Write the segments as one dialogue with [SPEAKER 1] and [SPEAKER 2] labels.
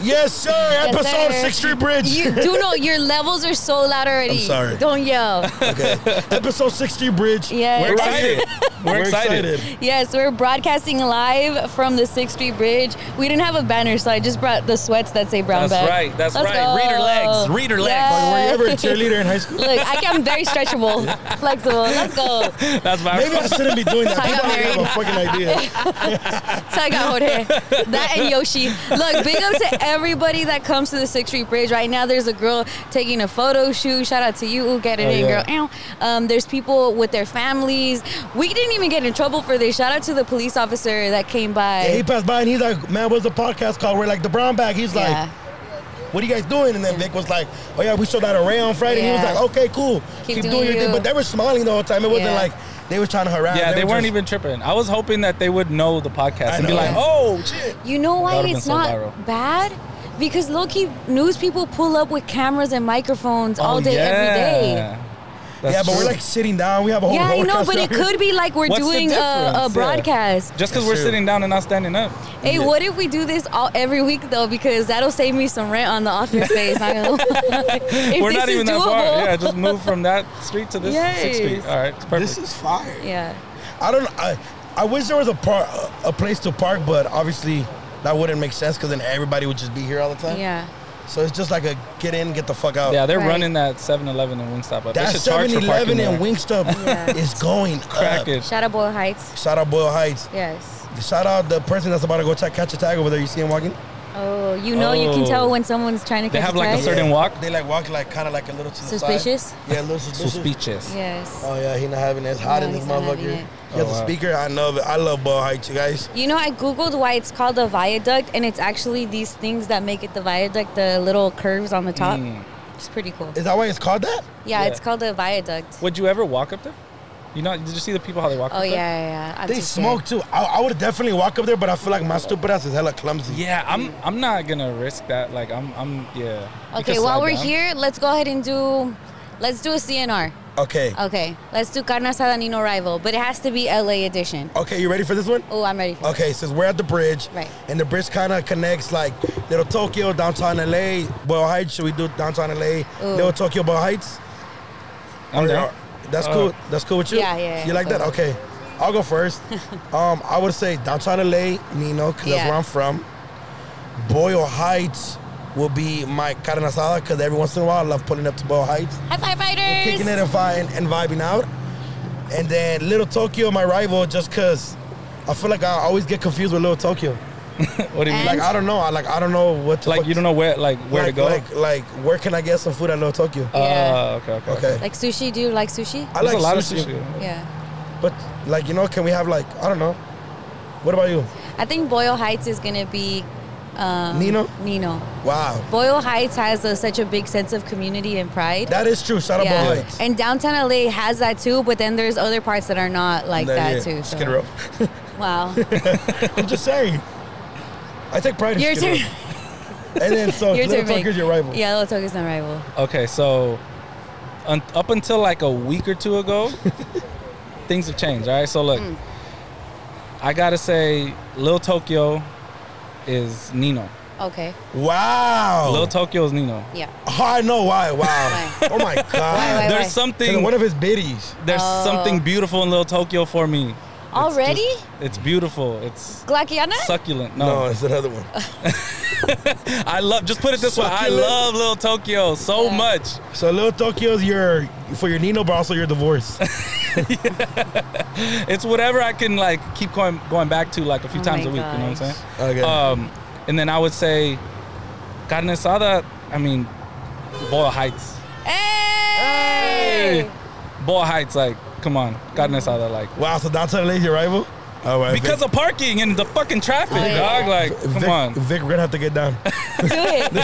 [SPEAKER 1] Yes, sir.
[SPEAKER 2] Yes,
[SPEAKER 1] Episode
[SPEAKER 2] sir.
[SPEAKER 1] Six Street Bridge.
[SPEAKER 2] You do know your levels are so loud already.
[SPEAKER 1] sorry.
[SPEAKER 2] Don't yell.
[SPEAKER 1] Episode Six Street Bridge.
[SPEAKER 2] Yes.
[SPEAKER 1] We're
[SPEAKER 2] We're
[SPEAKER 1] excited.
[SPEAKER 3] We're excited.
[SPEAKER 2] yes, we're broadcasting live from the 6th Street Bridge. We didn't have a banner, so I just brought the sweats that say brown bag.
[SPEAKER 3] That's right, that's
[SPEAKER 2] Let's
[SPEAKER 3] right. Reader
[SPEAKER 2] go.
[SPEAKER 3] legs, reader legs.
[SPEAKER 1] Were you
[SPEAKER 2] Yes.
[SPEAKER 1] ever a cheerleader in high school?
[SPEAKER 2] Look, I can, I'm very stretchable, flexible. Let's go.
[SPEAKER 3] That's my
[SPEAKER 1] Maybe I shouldn't be doing that.
[SPEAKER 2] I
[SPEAKER 1] People
[SPEAKER 2] got
[SPEAKER 1] don't have a
[SPEAKER 2] married.
[SPEAKER 1] fucking idea.
[SPEAKER 2] Tag out Jorge. That and Yoshi. Look, big up to everybody that comes to the 6th Street Bridge. Right now, there's a girl taking a photo shoot. Shout out to you. Ooh, get it
[SPEAKER 1] Oh,
[SPEAKER 2] in,
[SPEAKER 1] yeah.
[SPEAKER 2] girl. Ow. Um, there's people with their families. We didn't even get in trouble for this. Shout out to the police officer that came by.
[SPEAKER 1] He passed by and he's like, "Man, what's the podcast called?" We're like, "The Brown Bag." He's like,
[SPEAKER 2] Yeah.
[SPEAKER 1] "What are you guys doing?" And then Vic was like, "Oh yeah, we showed out array on Friday." He
[SPEAKER 2] Yeah.
[SPEAKER 1] was like, "Okay, cool.
[SPEAKER 2] Keep doing
[SPEAKER 1] your thing."
[SPEAKER 2] you.
[SPEAKER 1] But they were smiling the whole time. It wasn't
[SPEAKER 2] Yeah.
[SPEAKER 1] like they were trying to harass.
[SPEAKER 3] Yeah, they
[SPEAKER 1] were
[SPEAKER 3] weren't
[SPEAKER 1] just-
[SPEAKER 3] even tripping. I was hoping that they would know the podcast
[SPEAKER 1] I
[SPEAKER 3] and be
[SPEAKER 1] know.
[SPEAKER 3] like,
[SPEAKER 1] Yeah.
[SPEAKER 3] "Oh shit."
[SPEAKER 2] You know why
[SPEAKER 3] That would've
[SPEAKER 2] it's
[SPEAKER 3] been so
[SPEAKER 2] not
[SPEAKER 3] viral.
[SPEAKER 2] bad? Because low key news people pull up with cameras and microphones all
[SPEAKER 3] Oh,
[SPEAKER 2] day, every day.
[SPEAKER 3] yeah. That's
[SPEAKER 1] yeah, but
[SPEAKER 3] true.
[SPEAKER 1] we're like sitting down. We have a whole.
[SPEAKER 2] yeah, I know,
[SPEAKER 1] podcast
[SPEAKER 2] but
[SPEAKER 1] out
[SPEAKER 2] it
[SPEAKER 1] here.
[SPEAKER 2] could be like we're
[SPEAKER 3] What's the
[SPEAKER 2] doing a, a
[SPEAKER 3] difference? Yeah.
[SPEAKER 2] broadcast.
[SPEAKER 3] just because
[SPEAKER 1] That's
[SPEAKER 3] we're
[SPEAKER 1] true.
[SPEAKER 3] sitting down and not standing up.
[SPEAKER 2] Hey,
[SPEAKER 1] Yeah.
[SPEAKER 2] what if we do this all every week though? Because that'll save me some rent on the office space. I know. if
[SPEAKER 3] we're
[SPEAKER 2] this
[SPEAKER 3] not
[SPEAKER 2] is
[SPEAKER 3] even that
[SPEAKER 2] doable,
[SPEAKER 3] far. Yeah, just move from that street to this six
[SPEAKER 2] Yes.
[SPEAKER 3] street. All right, it's perfect.
[SPEAKER 1] This is fire.
[SPEAKER 2] yeah.
[SPEAKER 1] I don't. I, I wish there was a par, a place to park, but obviously that wouldn't make sense because then everybody would just be here all the time.
[SPEAKER 2] Yeah.
[SPEAKER 1] So it's just like a get in, get the fuck out.
[SPEAKER 3] yeah, they're
[SPEAKER 2] Right.
[SPEAKER 3] running that 7-Eleven and Wingstop
[SPEAKER 1] That
[SPEAKER 3] up. they should charge
[SPEAKER 1] 7
[SPEAKER 3] for parking
[SPEAKER 1] Eleven and
[SPEAKER 3] there.
[SPEAKER 1] Wingstop
[SPEAKER 2] Yeah.
[SPEAKER 1] is going
[SPEAKER 3] Crack
[SPEAKER 1] up.
[SPEAKER 3] it.
[SPEAKER 2] Shout out Boyle Heights.
[SPEAKER 1] Shout out Boyle Heights.
[SPEAKER 2] Yes.
[SPEAKER 1] Shout out the person that's about to go check, catch a tag over there. You see him walking?
[SPEAKER 2] Oh, you know you can
[SPEAKER 3] Oh.
[SPEAKER 2] tell when someone's trying to
[SPEAKER 3] They
[SPEAKER 2] catch
[SPEAKER 3] have, like, a
[SPEAKER 2] tag.
[SPEAKER 3] certain walk?
[SPEAKER 1] They like walk like kind of like a little to the
[SPEAKER 2] Suspicious?
[SPEAKER 1] side. Yeah, a little suspicious.
[SPEAKER 3] Suspicious.
[SPEAKER 2] Yes.
[SPEAKER 1] Oh yeah, he not having it. It's hot
[SPEAKER 2] No,
[SPEAKER 1] in this
[SPEAKER 2] he's not having
[SPEAKER 1] motherfucker.
[SPEAKER 2] it.
[SPEAKER 1] You got
[SPEAKER 3] Oh,
[SPEAKER 1] the
[SPEAKER 3] wow.
[SPEAKER 1] speaker. I love it. I love Boyle Heights, you guys.
[SPEAKER 2] You know, I googled why it's called the viaduct, and it's actually these things that make it the viaduct, the little curves on the top. It's pretty cool.
[SPEAKER 1] Is that why it's called that?
[SPEAKER 2] Yeah,
[SPEAKER 3] Mm. Yeah.
[SPEAKER 2] it's called the viaduct.
[SPEAKER 3] Would you ever walk up there? You know, did you see the people how they walk
[SPEAKER 2] Oh
[SPEAKER 3] up
[SPEAKER 2] yeah,
[SPEAKER 3] there?
[SPEAKER 2] yeah. yeah. I'm
[SPEAKER 1] They
[SPEAKER 2] too scared.
[SPEAKER 1] smoke too. I, I would definitely walk up there, but I feel like my stupid ass is hella clumsy.
[SPEAKER 3] Yeah, I'm I'm not gonna risk that. Like I'm I'm yeah. You
[SPEAKER 2] Okay,
[SPEAKER 3] can
[SPEAKER 2] while
[SPEAKER 3] slide
[SPEAKER 2] we're
[SPEAKER 3] down.
[SPEAKER 2] here, let's go ahead and do, let's do a CNR.
[SPEAKER 1] Okay.
[SPEAKER 2] Okay, let's do Carne Asada Nino Rival, but it has to be LA edition.
[SPEAKER 1] Okay, you ready for this one?
[SPEAKER 2] Oh, I'm ready for it.
[SPEAKER 1] Okay, since we're at the bridge,
[SPEAKER 2] Right.
[SPEAKER 1] and the bridge kind of connects like Little Tokyo, Downtown LA, Boyle Heights. Should we do Downtown LA,
[SPEAKER 2] Ooh.
[SPEAKER 1] Little Tokyo, Boyle Heights?
[SPEAKER 3] I'm
[SPEAKER 1] Or-
[SPEAKER 3] down.
[SPEAKER 1] or- That's
[SPEAKER 3] Oh.
[SPEAKER 1] cool. That's cool with you.
[SPEAKER 2] Yeah, yeah, yeah.
[SPEAKER 1] You like that?
[SPEAKER 2] Ooh.
[SPEAKER 1] Okay, I'll go first. um, I would say Downtown LA, Nino, because that's
[SPEAKER 2] Yeah.
[SPEAKER 1] where I'm from. Boyle Heights will be my carne asada because every once in a while I love pulling up to Boyle Heights.
[SPEAKER 2] High five fighters!
[SPEAKER 1] kicking it and, vi- and vibing out. And then Little Tokyo, my rival, just because I feel like I always get confused with Little Tokyo.
[SPEAKER 3] What do you mean?
[SPEAKER 1] Like
[SPEAKER 3] Like,
[SPEAKER 2] And-
[SPEAKER 1] I don't know. I like I don't know what. To
[SPEAKER 3] like you don't know where like where to
[SPEAKER 1] like, Like
[SPEAKER 3] go.
[SPEAKER 1] like where can I get some food at Little Tokyo?
[SPEAKER 3] Oh,
[SPEAKER 2] Yeah.
[SPEAKER 3] okay, okay.
[SPEAKER 1] okay.
[SPEAKER 2] Like sushi, do you like sushi?
[SPEAKER 1] I
[SPEAKER 3] There's
[SPEAKER 1] like
[SPEAKER 3] a lot
[SPEAKER 1] sushi,
[SPEAKER 3] of sushi.
[SPEAKER 2] Yeah.
[SPEAKER 1] but like you know, can we have like I don't know. What about you?
[SPEAKER 2] I think Boyle Heights is gonna be. Um,
[SPEAKER 1] Nino?
[SPEAKER 2] Nino.
[SPEAKER 1] Wow,
[SPEAKER 2] Boyle Heights has a, such a big sense of community and pride.
[SPEAKER 1] that is true. Shout out
[SPEAKER 2] yeah.
[SPEAKER 1] Boyle Heights.
[SPEAKER 2] And downtown LA has that too, but then there's other parts that are not like
[SPEAKER 1] Nah, yeah.
[SPEAKER 2] that too.
[SPEAKER 1] Skid Row.
[SPEAKER 2] Wow.
[SPEAKER 1] I'm just saying. I take pride in
[SPEAKER 2] Your
[SPEAKER 1] Skid Row.
[SPEAKER 2] turn.
[SPEAKER 1] And then so
[SPEAKER 2] Your
[SPEAKER 1] Oh, Little
[SPEAKER 2] turn. Vic.
[SPEAKER 1] Tokyo's your rival.
[SPEAKER 2] Yeah, Little Tokyo's my rival.
[SPEAKER 3] Okay, so un- up until like a week or two ago, things have changed. All right, so look,
[SPEAKER 2] Hmm.
[SPEAKER 3] I gotta say, Lil Tokyo is Nino.
[SPEAKER 2] Okay.
[SPEAKER 1] Wow.
[SPEAKER 3] Lil Tokyo is Nino.
[SPEAKER 2] Yeah.
[SPEAKER 1] oh, I know why. Wow.
[SPEAKER 2] Why?
[SPEAKER 1] oh my God.
[SPEAKER 2] why,
[SPEAKER 3] There's
[SPEAKER 2] why?
[SPEAKER 3] something.
[SPEAKER 1] One of his biddies.
[SPEAKER 3] there's
[SPEAKER 2] Oh.
[SPEAKER 3] something beautiful in Lil Tokyo for me. It's
[SPEAKER 2] Already?
[SPEAKER 3] just- it's beautiful. It's
[SPEAKER 2] Glaciana?
[SPEAKER 3] succulent.
[SPEAKER 1] No,
[SPEAKER 3] No,
[SPEAKER 1] it's another one.
[SPEAKER 3] I love. Just put it this way. I
[SPEAKER 1] Succulent?
[SPEAKER 3] love Lil Tokyo so
[SPEAKER 2] Yeah.
[SPEAKER 3] much.
[SPEAKER 1] So Little Tokyo's your for your Nino, but also your divorce.
[SPEAKER 3] It's whatever I can like keep going going back to like a few
[SPEAKER 2] Oh
[SPEAKER 3] times
[SPEAKER 2] my
[SPEAKER 3] a week. You know what I'm
[SPEAKER 2] gosh.
[SPEAKER 3] saying?
[SPEAKER 1] Okay.
[SPEAKER 3] Um, and then I would say carne asada. I mean, Boyle Heights.
[SPEAKER 2] Hey!
[SPEAKER 3] Boyle Heights, like, come on, carne
[SPEAKER 2] Mm-hmm.
[SPEAKER 3] asada, like,
[SPEAKER 1] wow. So downtown LA's your rival. All right.
[SPEAKER 3] because
[SPEAKER 1] Vic,
[SPEAKER 3] of parking and the fucking traffic,
[SPEAKER 2] Oh, yeah.
[SPEAKER 3] dog. Like, come
[SPEAKER 1] Vic,
[SPEAKER 3] on.
[SPEAKER 1] Vic, we're gonna have to get down.
[SPEAKER 2] Do it. Do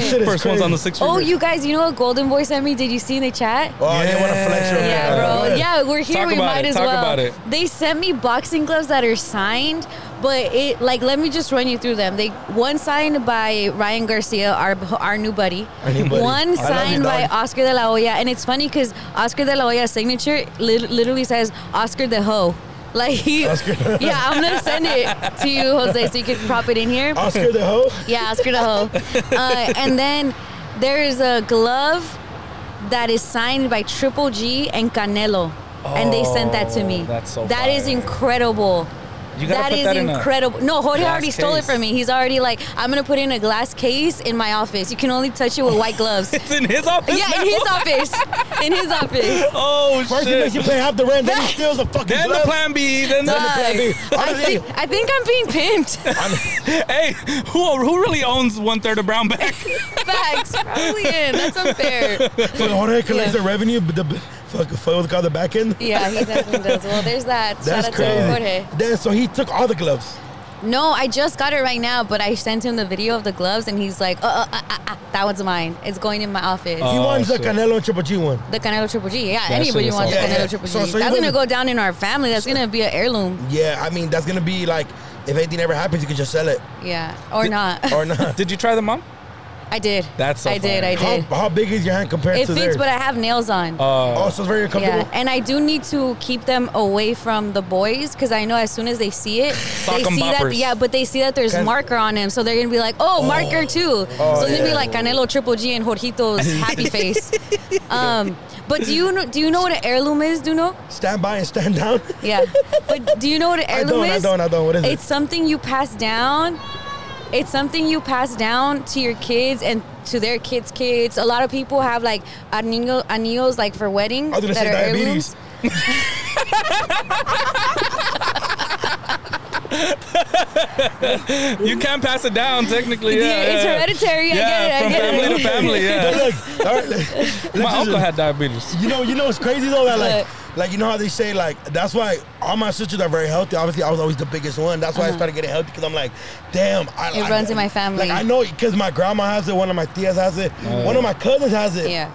[SPEAKER 1] Shit
[SPEAKER 2] it.
[SPEAKER 1] is
[SPEAKER 3] First one's on the
[SPEAKER 1] crazy.
[SPEAKER 3] sixth.
[SPEAKER 2] Oh,
[SPEAKER 3] Street.
[SPEAKER 2] you guys, you know what Golden Boy sent me? Did you see in the chat?
[SPEAKER 1] Oh, yeah. they want to flex your
[SPEAKER 2] Yeah,
[SPEAKER 1] Go
[SPEAKER 2] bro.
[SPEAKER 1] ahead.
[SPEAKER 2] Yeah, we're here.
[SPEAKER 3] Talk
[SPEAKER 2] we
[SPEAKER 3] about
[SPEAKER 2] might
[SPEAKER 3] it.
[SPEAKER 2] as
[SPEAKER 3] Talk
[SPEAKER 2] well.
[SPEAKER 3] about it.
[SPEAKER 2] They sent me boxing gloves that are signed, but it like let me just run you through them. They one signed by Ryan Garcia, our our new buddy.
[SPEAKER 1] Our new buddy. I
[SPEAKER 2] One
[SPEAKER 1] love you,
[SPEAKER 2] signed by
[SPEAKER 1] dog.
[SPEAKER 2] Oscar De La Hoya, and it's funny because Oscar De La Hoya's signature li- literally says Oscar De Ho. Like he,
[SPEAKER 1] Oscar.
[SPEAKER 2] yeah, I'm gonna send it to you, Jose, so you can prop it in here.
[SPEAKER 1] Oscar the hoe.
[SPEAKER 2] Yeah, Oscar the Hoe. Uh, and then there is a glove that is signed by Triple G and Canelo. and they sent that to me.
[SPEAKER 3] Oh, that's so
[SPEAKER 2] That is
[SPEAKER 3] fire.
[SPEAKER 2] incredible.
[SPEAKER 3] You gotta
[SPEAKER 2] That
[SPEAKER 3] put
[SPEAKER 2] is
[SPEAKER 3] that in a-
[SPEAKER 2] incredible. no, Jorge
[SPEAKER 3] glass
[SPEAKER 2] already stole it
[SPEAKER 3] case.
[SPEAKER 2] from me. He's already like, I'm gonna put it in a glass case in my office. You can only touch it with white gloves.
[SPEAKER 3] It's in his office.
[SPEAKER 2] yeah, in
[SPEAKER 3] now?
[SPEAKER 2] his office. In his office.
[SPEAKER 3] Oh
[SPEAKER 1] First he
[SPEAKER 3] shit.
[SPEAKER 1] makes you pay half the rent, then he steals the fucking
[SPEAKER 3] Then the
[SPEAKER 1] glove.
[SPEAKER 3] plan B. Then the,
[SPEAKER 2] Dog,
[SPEAKER 1] plan B.
[SPEAKER 2] I think, I think I'm being pimped.
[SPEAKER 3] hey, who who really owns one third of Brownback?
[SPEAKER 2] Facts, probably in. That's unfair.
[SPEAKER 1] Fucking Jorge collects
[SPEAKER 2] Yeah.
[SPEAKER 1] the revenue, but the fuck, fuck what's it called the back end.
[SPEAKER 2] Yeah, he definitely does. Well, there's that.
[SPEAKER 1] That's
[SPEAKER 2] Shout
[SPEAKER 1] crazy.
[SPEAKER 2] out to Jorge.
[SPEAKER 1] Then so he took all the gloves.
[SPEAKER 2] No, I just got it right now, but I sent him the video of the gloves, and he's like, uh, uh, uh, uh, uh, that one's mine. It's going in my office.
[SPEAKER 1] He
[SPEAKER 3] Oh,
[SPEAKER 1] wants the
[SPEAKER 3] shit.
[SPEAKER 1] Canelo and Triple G one.
[SPEAKER 2] the Canelo Triple G. Yeah,
[SPEAKER 3] That shit
[SPEAKER 2] anybody
[SPEAKER 3] is
[SPEAKER 2] wants the
[SPEAKER 1] awesome. Yeah,
[SPEAKER 2] Canelo
[SPEAKER 1] yeah.
[SPEAKER 2] Triple G.
[SPEAKER 1] So- so you
[SPEAKER 2] That's going to
[SPEAKER 1] wouldn't-
[SPEAKER 2] go down in our family. That's going to be an heirloom.
[SPEAKER 1] Yeah, I mean that's gonna be like if anything ever happens, you can just sell it
[SPEAKER 2] Yeah, or not.
[SPEAKER 1] or not.
[SPEAKER 3] Did you try them on?
[SPEAKER 2] I did.
[SPEAKER 3] That's so
[SPEAKER 2] I did,
[SPEAKER 3] funny.
[SPEAKER 2] I
[SPEAKER 1] how,
[SPEAKER 2] did.
[SPEAKER 1] how big is your hand compared
[SPEAKER 2] It
[SPEAKER 1] to
[SPEAKER 2] fits,
[SPEAKER 1] theirs?
[SPEAKER 2] but I have nails on.
[SPEAKER 3] Uh,
[SPEAKER 1] oh, so it's very uncomfortable.
[SPEAKER 2] Yeah, and I do need to keep them away from the boys because I know as soon as they see it, they
[SPEAKER 3] 'em
[SPEAKER 2] see that
[SPEAKER 3] boppers.
[SPEAKER 2] yeah, but they see that there's
[SPEAKER 1] Can-
[SPEAKER 2] marker on him, so they're gonna be like, oh, marker too. so it's gonna be
[SPEAKER 1] yeah.
[SPEAKER 2] like Canelo Triple G and Jorgito's happy face. Um, but do you know, do you know what an heirloom is? Do you know?
[SPEAKER 1] Stand by and stand down.
[SPEAKER 2] Yeah. But do you know what an
[SPEAKER 1] I
[SPEAKER 2] heirloom
[SPEAKER 1] don't, I
[SPEAKER 2] is?
[SPEAKER 1] don't, I don't. What is
[SPEAKER 2] It's something you pass down. It's something you pass down to your kids and to their kids' kids. A lot of people have like anillo, anillos like for weddings
[SPEAKER 1] I was gonna
[SPEAKER 2] that
[SPEAKER 1] say
[SPEAKER 2] are
[SPEAKER 1] diabetes.
[SPEAKER 2] heirlooms.
[SPEAKER 3] you can pass it down technically.
[SPEAKER 2] Yeah,
[SPEAKER 3] Yeah,
[SPEAKER 2] it's
[SPEAKER 3] yeah.
[SPEAKER 2] hereditary. I get it, I
[SPEAKER 3] Yeah, from
[SPEAKER 2] get it.
[SPEAKER 3] family to family.
[SPEAKER 1] But
[SPEAKER 3] Yeah.
[SPEAKER 1] look, all right, let- let's
[SPEAKER 3] My
[SPEAKER 1] just-
[SPEAKER 3] uncle had diabetes.
[SPEAKER 1] You know, you know, it's crazy though that like,
[SPEAKER 2] What?
[SPEAKER 1] like you know how they say like that's why all my sisters are very healthy. Obviously, I was always the biggest one. That's why I started getting healthy because I'm like, damn, I,
[SPEAKER 2] Uh-huh. It
[SPEAKER 1] I-
[SPEAKER 2] runs in my family. Uh.
[SPEAKER 1] Like I know because my grandma has it, one of my tias has it, one of my cousins has it,
[SPEAKER 2] Yeah.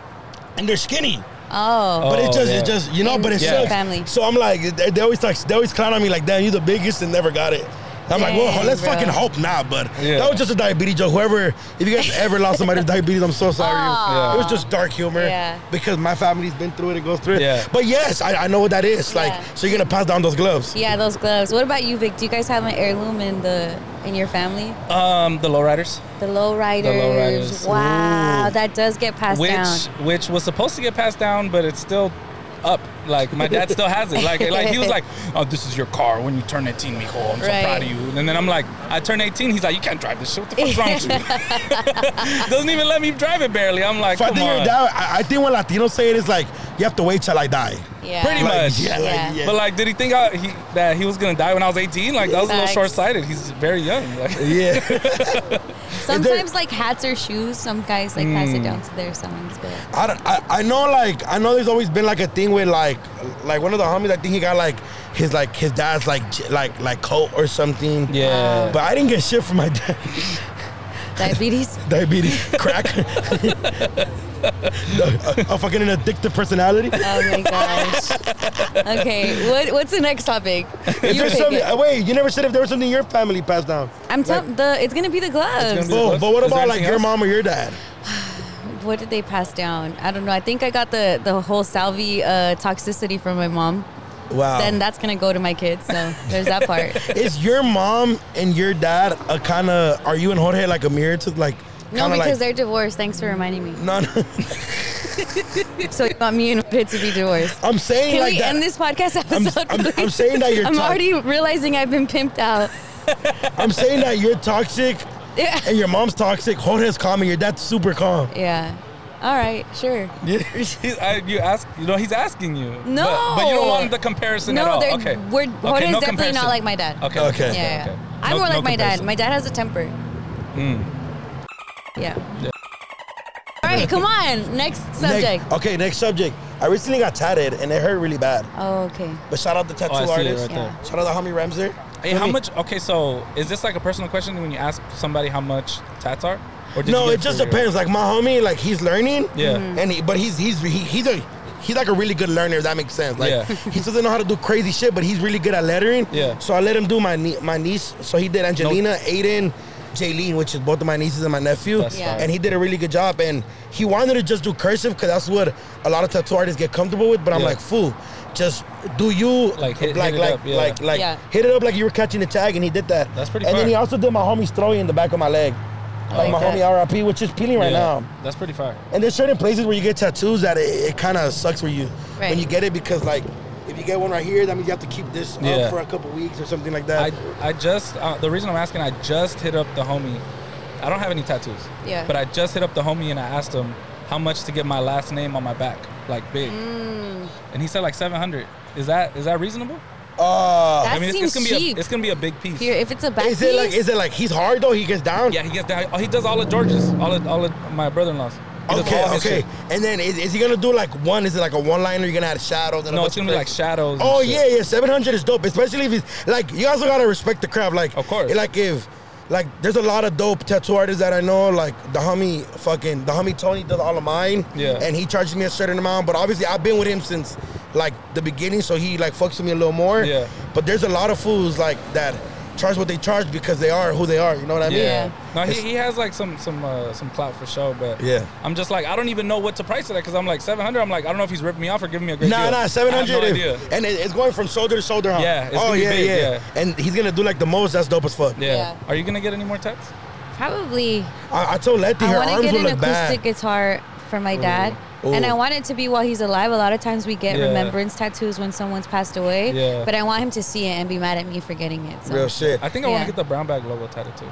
[SPEAKER 1] and they're skinny.
[SPEAKER 2] Oh.
[SPEAKER 1] But it's
[SPEAKER 3] Oh,
[SPEAKER 1] just,
[SPEAKER 3] yeah.
[SPEAKER 1] it's just, you know,
[SPEAKER 2] In
[SPEAKER 1] but it's
[SPEAKER 2] your
[SPEAKER 1] sucks.
[SPEAKER 2] family.
[SPEAKER 1] So I'm like, they, they always like, they always clown on me like, damn, you the biggest and never got it. I'm like, well,
[SPEAKER 2] Dang,
[SPEAKER 1] let's
[SPEAKER 2] bro.
[SPEAKER 1] fucking hope not, but
[SPEAKER 3] Yeah.
[SPEAKER 1] that was just a diabetes joke. Whoever, if you guys ever lost somebody to diabetes, I'm so sorry.
[SPEAKER 2] Aw.
[SPEAKER 1] It was just dark humor
[SPEAKER 2] Oh. Yeah.
[SPEAKER 1] because my family's been through it, it goes through it.
[SPEAKER 3] Yeah.
[SPEAKER 1] But yes, I, I know what that is. Like,
[SPEAKER 2] Yeah.
[SPEAKER 1] so you're gonna pass down those gloves.
[SPEAKER 2] Yeah, those gloves. What about you, Vic? Do you guys have an heirloom in the in your family?
[SPEAKER 3] Um, the lowriders,
[SPEAKER 2] The low riders.
[SPEAKER 3] riders.
[SPEAKER 2] Wow,
[SPEAKER 3] Ooh.
[SPEAKER 2] that does get passed
[SPEAKER 3] which
[SPEAKER 2] down.
[SPEAKER 3] which was supposed to get passed down, but it's still up. Like my dad still has it. Like like he was like, oh, this is your car when you turn 18, Mijo. I'm so
[SPEAKER 2] Right.
[SPEAKER 3] proud of you. And then I'm like, I turn 18. He's like, you can't drive this shit. What the fuck's wrong with you? Doesn't even let me drive it barely. I'm like,
[SPEAKER 1] If I
[SPEAKER 3] come
[SPEAKER 1] think you're
[SPEAKER 3] on.
[SPEAKER 1] down, I, I think when Latinos say it is like, you have to wait till I die.
[SPEAKER 2] Yeah.
[SPEAKER 3] pretty
[SPEAKER 1] Like,
[SPEAKER 3] much.
[SPEAKER 1] yeah,
[SPEAKER 2] Yeah.
[SPEAKER 1] Like, yeah.
[SPEAKER 3] But like, did he think I, he, that he was gonna die when I was 18? Like that was a little
[SPEAKER 2] Facts.
[SPEAKER 3] short sighted. He's very young. Like,
[SPEAKER 1] yeah.
[SPEAKER 2] Sometimes like hats or shoes. Some guys like pass it
[SPEAKER 3] Mm.
[SPEAKER 2] down to their sons, but
[SPEAKER 1] I, don't- I, I know like I know there's always been like a thing with like like one of the homies I think he got like his like his dad's like j- like like coat or something.
[SPEAKER 3] yeah.
[SPEAKER 2] Ah.
[SPEAKER 1] But I didn't get shit from my dad.
[SPEAKER 2] diabetes.
[SPEAKER 1] diabetes crack. a, a fucking an addictive personality.
[SPEAKER 2] oh my gosh. Okay, what what's the next topic?
[SPEAKER 1] If
[SPEAKER 2] You
[SPEAKER 1] there's
[SPEAKER 2] pick
[SPEAKER 1] something,
[SPEAKER 2] it.
[SPEAKER 1] uh, wait, you never said if there was something your family passed down.
[SPEAKER 2] I'm telling the it's gonna be the gloves.
[SPEAKER 3] be-
[SPEAKER 1] Oh, but what
[SPEAKER 3] Is there
[SPEAKER 1] about like
[SPEAKER 3] anything
[SPEAKER 1] your
[SPEAKER 3] else?
[SPEAKER 1] mom or your dad?
[SPEAKER 2] What did they pass down? I don't know. I think I got the the whole salvi uh, toxicity from my mom.
[SPEAKER 1] Wow.
[SPEAKER 2] Then that's gonna go to my kids. So there's that part.
[SPEAKER 1] is your mom and your dad a kind of? Are you and Jorge like a mirror to like?
[SPEAKER 2] No,
[SPEAKER 1] kinda,
[SPEAKER 2] because
[SPEAKER 1] like,
[SPEAKER 2] they're divorced. Thanks for reminding me.
[SPEAKER 1] no, no.
[SPEAKER 2] So you want me and Pitt to be divorced?
[SPEAKER 1] I'm saying
[SPEAKER 2] Can
[SPEAKER 1] like
[SPEAKER 2] we
[SPEAKER 1] that.
[SPEAKER 2] end this podcast
[SPEAKER 1] I'm-
[SPEAKER 2] episode?
[SPEAKER 1] I'm- I'm
[SPEAKER 2] please?
[SPEAKER 1] saying that you're
[SPEAKER 2] I'm
[SPEAKER 1] tox-
[SPEAKER 2] already realizing I've been pimped out.
[SPEAKER 1] I'm saying that you're toxic
[SPEAKER 2] Yeah.
[SPEAKER 1] and your mom's toxic. Jorge's calm and your dad's super calm.
[SPEAKER 2] Yeah. All right. Sure.
[SPEAKER 3] He's, I, you ask, you know, he's asking you.
[SPEAKER 2] No.
[SPEAKER 3] but, but you don't want the comparison at
[SPEAKER 2] no,
[SPEAKER 3] all.
[SPEAKER 2] they're
[SPEAKER 3] okay,
[SPEAKER 2] we're Jorge's
[SPEAKER 3] no
[SPEAKER 2] definitely
[SPEAKER 3] comparison.
[SPEAKER 2] not like my dad.
[SPEAKER 3] Okay,
[SPEAKER 1] Okay.
[SPEAKER 2] Yeah. yeah.
[SPEAKER 3] okay.
[SPEAKER 2] I'm
[SPEAKER 3] No-
[SPEAKER 2] more like
[SPEAKER 3] no
[SPEAKER 2] my dad.
[SPEAKER 3] comparison. Hmm.
[SPEAKER 2] My dad has a temper. Yeah.
[SPEAKER 3] Yeah.
[SPEAKER 2] All right. Come on. Next subject.
[SPEAKER 1] Next-
[SPEAKER 3] Oh.
[SPEAKER 1] okay, next subject. I recently got tatted and it hurt really bad.
[SPEAKER 2] Oh, okay.
[SPEAKER 1] But shout out the tattoo
[SPEAKER 3] Oh, I see it
[SPEAKER 1] artist.
[SPEAKER 3] right
[SPEAKER 2] there.
[SPEAKER 1] Shout out the homie Ramsey.
[SPEAKER 3] Hey, how much? Okay, so is this like a personal question when you ask somebody how much tats are? Or did you
[SPEAKER 1] No,
[SPEAKER 3] get
[SPEAKER 1] it just
[SPEAKER 3] for your-
[SPEAKER 1] depends. Like my homie, like he's learning.
[SPEAKER 3] Yeah.
[SPEAKER 2] Mm-hmm.
[SPEAKER 3] Mhm.
[SPEAKER 1] And he, but he's he's he, he's a he's like a really good learner. If that makes sense. Like
[SPEAKER 3] Yeah.
[SPEAKER 1] he doesn't know how to do crazy shit, but he's really good at lettering.
[SPEAKER 3] Yeah.
[SPEAKER 1] So I let him do my nie- my niece. So he did Angelina, Aiden, Jaylene, which is both of my nieces and my nephew,
[SPEAKER 3] That's
[SPEAKER 2] Yeah.
[SPEAKER 1] and he did a really good job. And he wanted to just do cursive because that's what a lot of tattoo artists get comfortable with. But I'm
[SPEAKER 3] Yeah.
[SPEAKER 1] like, fool, just do you
[SPEAKER 3] Like, hit-
[SPEAKER 1] like
[SPEAKER 3] hit it
[SPEAKER 1] like
[SPEAKER 3] up, yeah.
[SPEAKER 1] like like
[SPEAKER 2] Yeah.
[SPEAKER 1] hit it up like you were catching the tag, and he did that.
[SPEAKER 3] That's pretty
[SPEAKER 1] And then
[SPEAKER 3] fire.
[SPEAKER 1] he also did my homie's throwing in the back of my leg, like my
[SPEAKER 2] Okay.
[SPEAKER 1] homie RIP, which is peeling right
[SPEAKER 3] Yeah,
[SPEAKER 1] now.
[SPEAKER 3] That's pretty fire.
[SPEAKER 1] And there's certain places where you get tattoos that it, it kind of sucks where you
[SPEAKER 2] Right.
[SPEAKER 1] when you get it because like if you get one right here, that means you have to keep this
[SPEAKER 3] Yeah.
[SPEAKER 1] up for a couple weeks or something like
[SPEAKER 3] I,
[SPEAKER 1] that.
[SPEAKER 3] I just uh, the reason I'm asking I just hit up the homie. I don't have any tattoos.
[SPEAKER 2] Yeah.
[SPEAKER 3] But I just hit up the homie and I asked him how much to get my last name on my back, like big.
[SPEAKER 2] Mm.
[SPEAKER 3] And he said like 700. Is that is that reasonable?
[SPEAKER 1] uh,
[SPEAKER 2] That
[SPEAKER 3] I mean, it's,
[SPEAKER 2] seems
[SPEAKER 3] it's gonna
[SPEAKER 2] cheap.
[SPEAKER 3] be a, it's gonna be a big piece.
[SPEAKER 2] Here, if it's a back
[SPEAKER 1] is it like
[SPEAKER 2] piece,
[SPEAKER 1] is it like he's hard though? He gets down.
[SPEAKER 3] Yeah, he gets down. Oh, he does all of George's, all of all of my brother-in-laws. He does
[SPEAKER 1] Okay,
[SPEAKER 3] all his
[SPEAKER 1] okay.
[SPEAKER 3] shit.
[SPEAKER 1] And then is, is he gonna do like one? Is it like a one liner? You're gonna add shadows? And a
[SPEAKER 3] No,
[SPEAKER 1] bunch
[SPEAKER 3] it's
[SPEAKER 1] of
[SPEAKER 3] gonna be like
[SPEAKER 1] things?
[SPEAKER 3] shadows. and
[SPEAKER 1] Oh
[SPEAKER 3] shit.
[SPEAKER 1] yeah, yeah. Seven hundred is dope, especially if it's like you also gotta respect the craft. Like
[SPEAKER 3] Of course.
[SPEAKER 1] like if like there's a lot of dope tattoo artists that I know. Like the homie, fucking the homie Tony does all of mine.
[SPEAKER 3] Yeah.
[SPEAKER 1] and he charges me a certain amount, but obviously I've been with him since like the beginning, so he like fucks with me a little more.
[SPEAKER 3] Yeah.
[SPEAKER 1] but there's a lot of fools like that charge what they charge because they are who they are. You know what I mean?
[SPEAKER 3] Yeah.
[SPEAKER 2] Yeah.
[SPEAKER 3] No, he,
[SPEAKER 1] It's-
[SPEAKER 3] he has like some some uh, some clout for show, but
[SPEAKER 1] Yeah.
[SPEAKER 3] I'm just like I don't even know what to price it at because I'm like 700. I'm like I don't know if he's ripping me off or giving me a great
[SPEAKER 1] Nah,
[SPEAKER 3] deal.
[SPEAKER 1] nah, seven
[SPEAKER 3] I have
[SPEAKER 1] hundred,
[SPEAKER 3] no idea.
[SPEAKER 1] and it, it's going from shoulder to shoulder. Huh?
[SPEAKER 3] Yeah, it's
[SPEAKER 1] oh
[SPEAKER 3] gonna be
[SPEAKER 1] yeah,
[SPEAKER 3] big,
[SPEAKER 1] yeah,
[SPEAKER 3] yeah.
[SPEAKER 1] And he's gonna do like the most. That's dope as fuck.
[SPEAKER 3] Yeah.
[SPEAKER 2] Yeah.
[SPEAKER 3] Are you gonna get any more tats?
[SPEAKER 2] probably.
[SPEAKER 1] I, I told Letty
[SPEAKER 2] I
[SPEAKER 1] her
[SPEAKER 2] want to
[SPEAKER 1] arms
[SPEAKER 2] get
[SPEAKER 1] would
[SPEAKER 2] an
[SPEAKER 1] look
[SPEAKER 2] acoustic
[SPEAKER 1] bad. Oh.
[SPEAKER 2] guitar for my dad.
[SPEAKER 1] Ooh.
[SPEAKER 2] And I want it to be while he's alive. A lot of times we get
[SPEAKER 3] Yeah.
[SPEAKER 2] remembrance tattoos when someone's passed away.
[SPEAKER 3] Yeah.
[SPEAKER 2] But I want him to see it and be mad at me for getting it. So.
[SPEAKER 1] Real shit.
[SPEAKER 3] I think I
[SPEAKER 2] Yeah.
[SPEAKER 3] want to get the brown bag logo tatted too.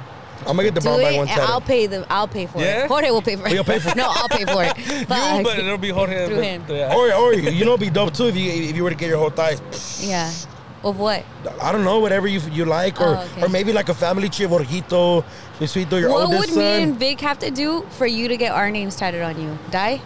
[SPEAKER 1] I'm gonna get the
[SPEAKER 2] Do
[SPEAKER 1] brown bag
[SPEAKER 2] it,
[SPEAKER 1] one
[SPEAKER 2] and I'll
[SPEAKER 1] time.
[SPEAKER 2] pay the. I'll pay for
[SPEAKER 3] Yeah?
[SPEAKER 2] it. Jorge will pay for it.
[SPEAKER 1] You'll pay for
[SPEAKER 2] no, I'll pay for it.
[SPEAKER 3] you,
[SPEAKER 2] Fuck.
[SPEAKER 3] but it'll be Jorge.
[SPEAKER 2] Through
[SPEAKER 3] but-
[SPEAKER 2] him.
[SPEAKER 3] Yeah.
[SPEAKER 1] Or or you know, it'd be dope too if you if you were to get your whole thighs.
[SPEAKER 2] yeah. Of what?
[SPEAKER 1] I don't know, whatever you you like, or
[SPEAKER 2] Oh, okay.
[SPEAKER 1] or maybe like a family tree of Orjito, Jesuito, your
[SPEAKER 2] what would
[SPEAKER 1] oldest
[SPEAKER 2] me
[SPEAKER 1] son.
[SPEAKER 2] and Vic have to do for you to get our names tatted on you? Die?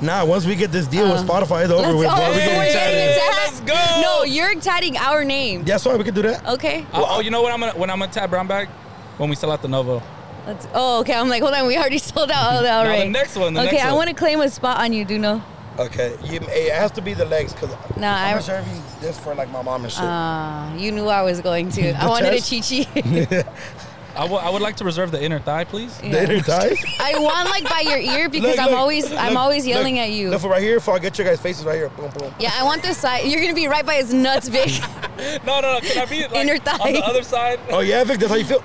[SPEAKER 1] nah, once we get this deal with
[SPEAKER 2] Uh,
[SPEAKER 1] Spotify, it's over
[SPEAKER 2] Let's-
[SPEAKER 1] with.
[SPEAKER 2] oh,
[SPEAKER 1] bro. We
[SPEAKER 2] we're
[SPEAKER 1] can
[SPEAKER 2] getting
[SPEAKER 1] chat it.
[SPEAKER 2] it
[SPEAKER 3] tatted.
[SPEAKER 2] tatted.
[SPEAKER 3] Let's go.
[SPEAKER 2] No, you're tatting our name.
[SPEAKER 1] That's why we could do that.
[SPEAKER 2] Okay.
[SPEAKER 3] Uh, oh, you know what? I'm gonna when I'm gonna tat brown bag when we sell out the Novo.
[SPEAKER 2] Let's, oh, okay. I'm like, hold on. We already sold out. Oh, all that
[SPEAKER 3] the
[SPEAKER 2] already.
[SPEAKER 3] next one, the
[SPEAKER 2] okay,
[SPEAKER 3] next
[SPEAKER 2] I
[SPEAKER 3] one.
[SPEAKER 2] want to claim a spot on you, Duno.
[SPEAKER 1] Okay, you, it has to be the legs because
[SPEAKER 2] Nah,
[SPEAKER 1] I'm
[SPEAKER 2] I-
[SPEAKER 1] reserving this for like my mom and shit.
[SPEAKER 2] Ah, you knew I was going to. I wanted a chi chi.
[SPEAKER 3] I wou- I would like to reserve the inner thigh, please.
[SPEAKER 1] The inner thighs.
[SPEAKER 2] I want like by your ear because
[SPEAKER 1] Look,
[SPEAKER 2] I'm
[SPEAKER 1] look,
[SPEAKER 2] always I'm
[SPEAKER 1] look,
[SPEAKER 2] always yelling
[SPEAKER 1] look,
[SPEAKER 2] at you.
[SPEAKER 1] Look for right here. For I get your guys' faces right here. Boom, boom.
[SPEAKER 2] yeah, I want this side. You're gonna be right by his nuts, Vic.
[SPEAKER 3] No, no, no. Can I be like,
[SPEAKER 2] Inner
[SPEAKER 3] on
[SPEAKER 2] thigh.
[SPEAKER 3] the other side?
[SPEAKER 1] Oh yeah, Vic, that's how you feel.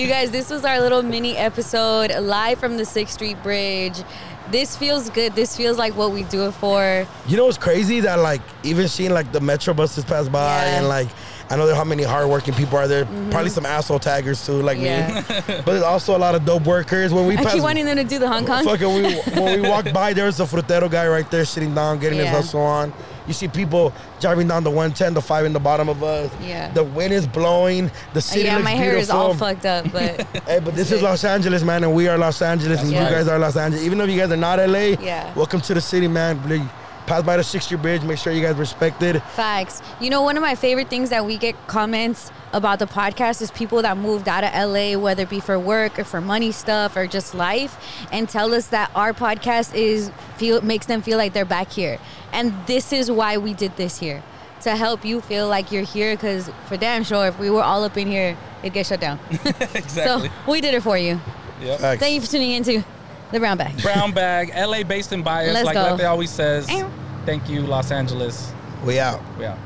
[SPEAKER 2] you guys, this was our little mini episode live from the Sixth Street Bridge. This feels good. This feels like what we do it for.
[SPEAKER 1] You know what's crazy? That like even seeing like the metro buses pass by
[SPEAKER 2] Yeah. Mm-hmm.
[SPEAKER 1] and like I know there how many hardworking people are there. Probably some asshole taggers too, like
[SPEAKER 2] Yeah.
[SPEAKER 1] me. But there's also a lot of dope workers. When we
[SPEAKER 2] I
[SPEAKER 1] pass,
[SPEAKER 2] keep wanting them to do the Hong Kong.
[SPEAKER 1] fucking we, when we walked by, there was a frutero guy right there sitting down, getting
[SPEAKER 2] Yeah.
[SPEAKER 1] his hustle on. You see people driving down the 110, the five in the bottom of us.
[SPEAKER 2] Yeah.
[SPEAKER 1] The wind is blowing. The city
[SPEAKER 2] yeah,
[SPEAKER 1] looks
[SPEAKER 2] my hair is all
[SPEAKER 1] beautiful.
[SPEAKER 2] fucked up, but
[SPEAKER 1] Hey, but this is Los Angeles, man, and we are Los Angeles, and
[SPEAKER 3] right.
[SPEAKER 1] you guys are Los Angeles. Even though you guys are not LA,
[SPEAKER 2] Yeah.
[SPEAKER 1] welcome to the city, man. Really, Pass by the 60 bridge, make sure you guys respect it.
[SPEAKER 2] Facts. You know, one of my favorite things that we get comments about the podcast is people that moved out of LA, whether it be for work or for money stuff or just life, and tell us that our podcast is feel makes them feel like they're back here, and this is why we did this here to help you feel like you're here. Because for damn sure, if we were all up in here, it'd get shut down.
[SPEAKER 3] exactly.
[SPEAKER 2] So we did it for you.
[SPEAKER 3] Yep.
[SPEAKER 1] Facts.
[SPEAKER 2] Thank you for tuning into the Brown Bag.
[SPEAKER 3] Brown bag, LA based in bias,
[SPEAKER 2] Let's
[SPEAKER 3] like
[SPEAKER 2] go.
[SPEAKER 3] Lefty always says.
[SPEAKER 2] Ow.
[SPEAKER 3] Thank you, Los Angeles.
[SPEAKER 1] We out.
[SPEAKER 3] We out.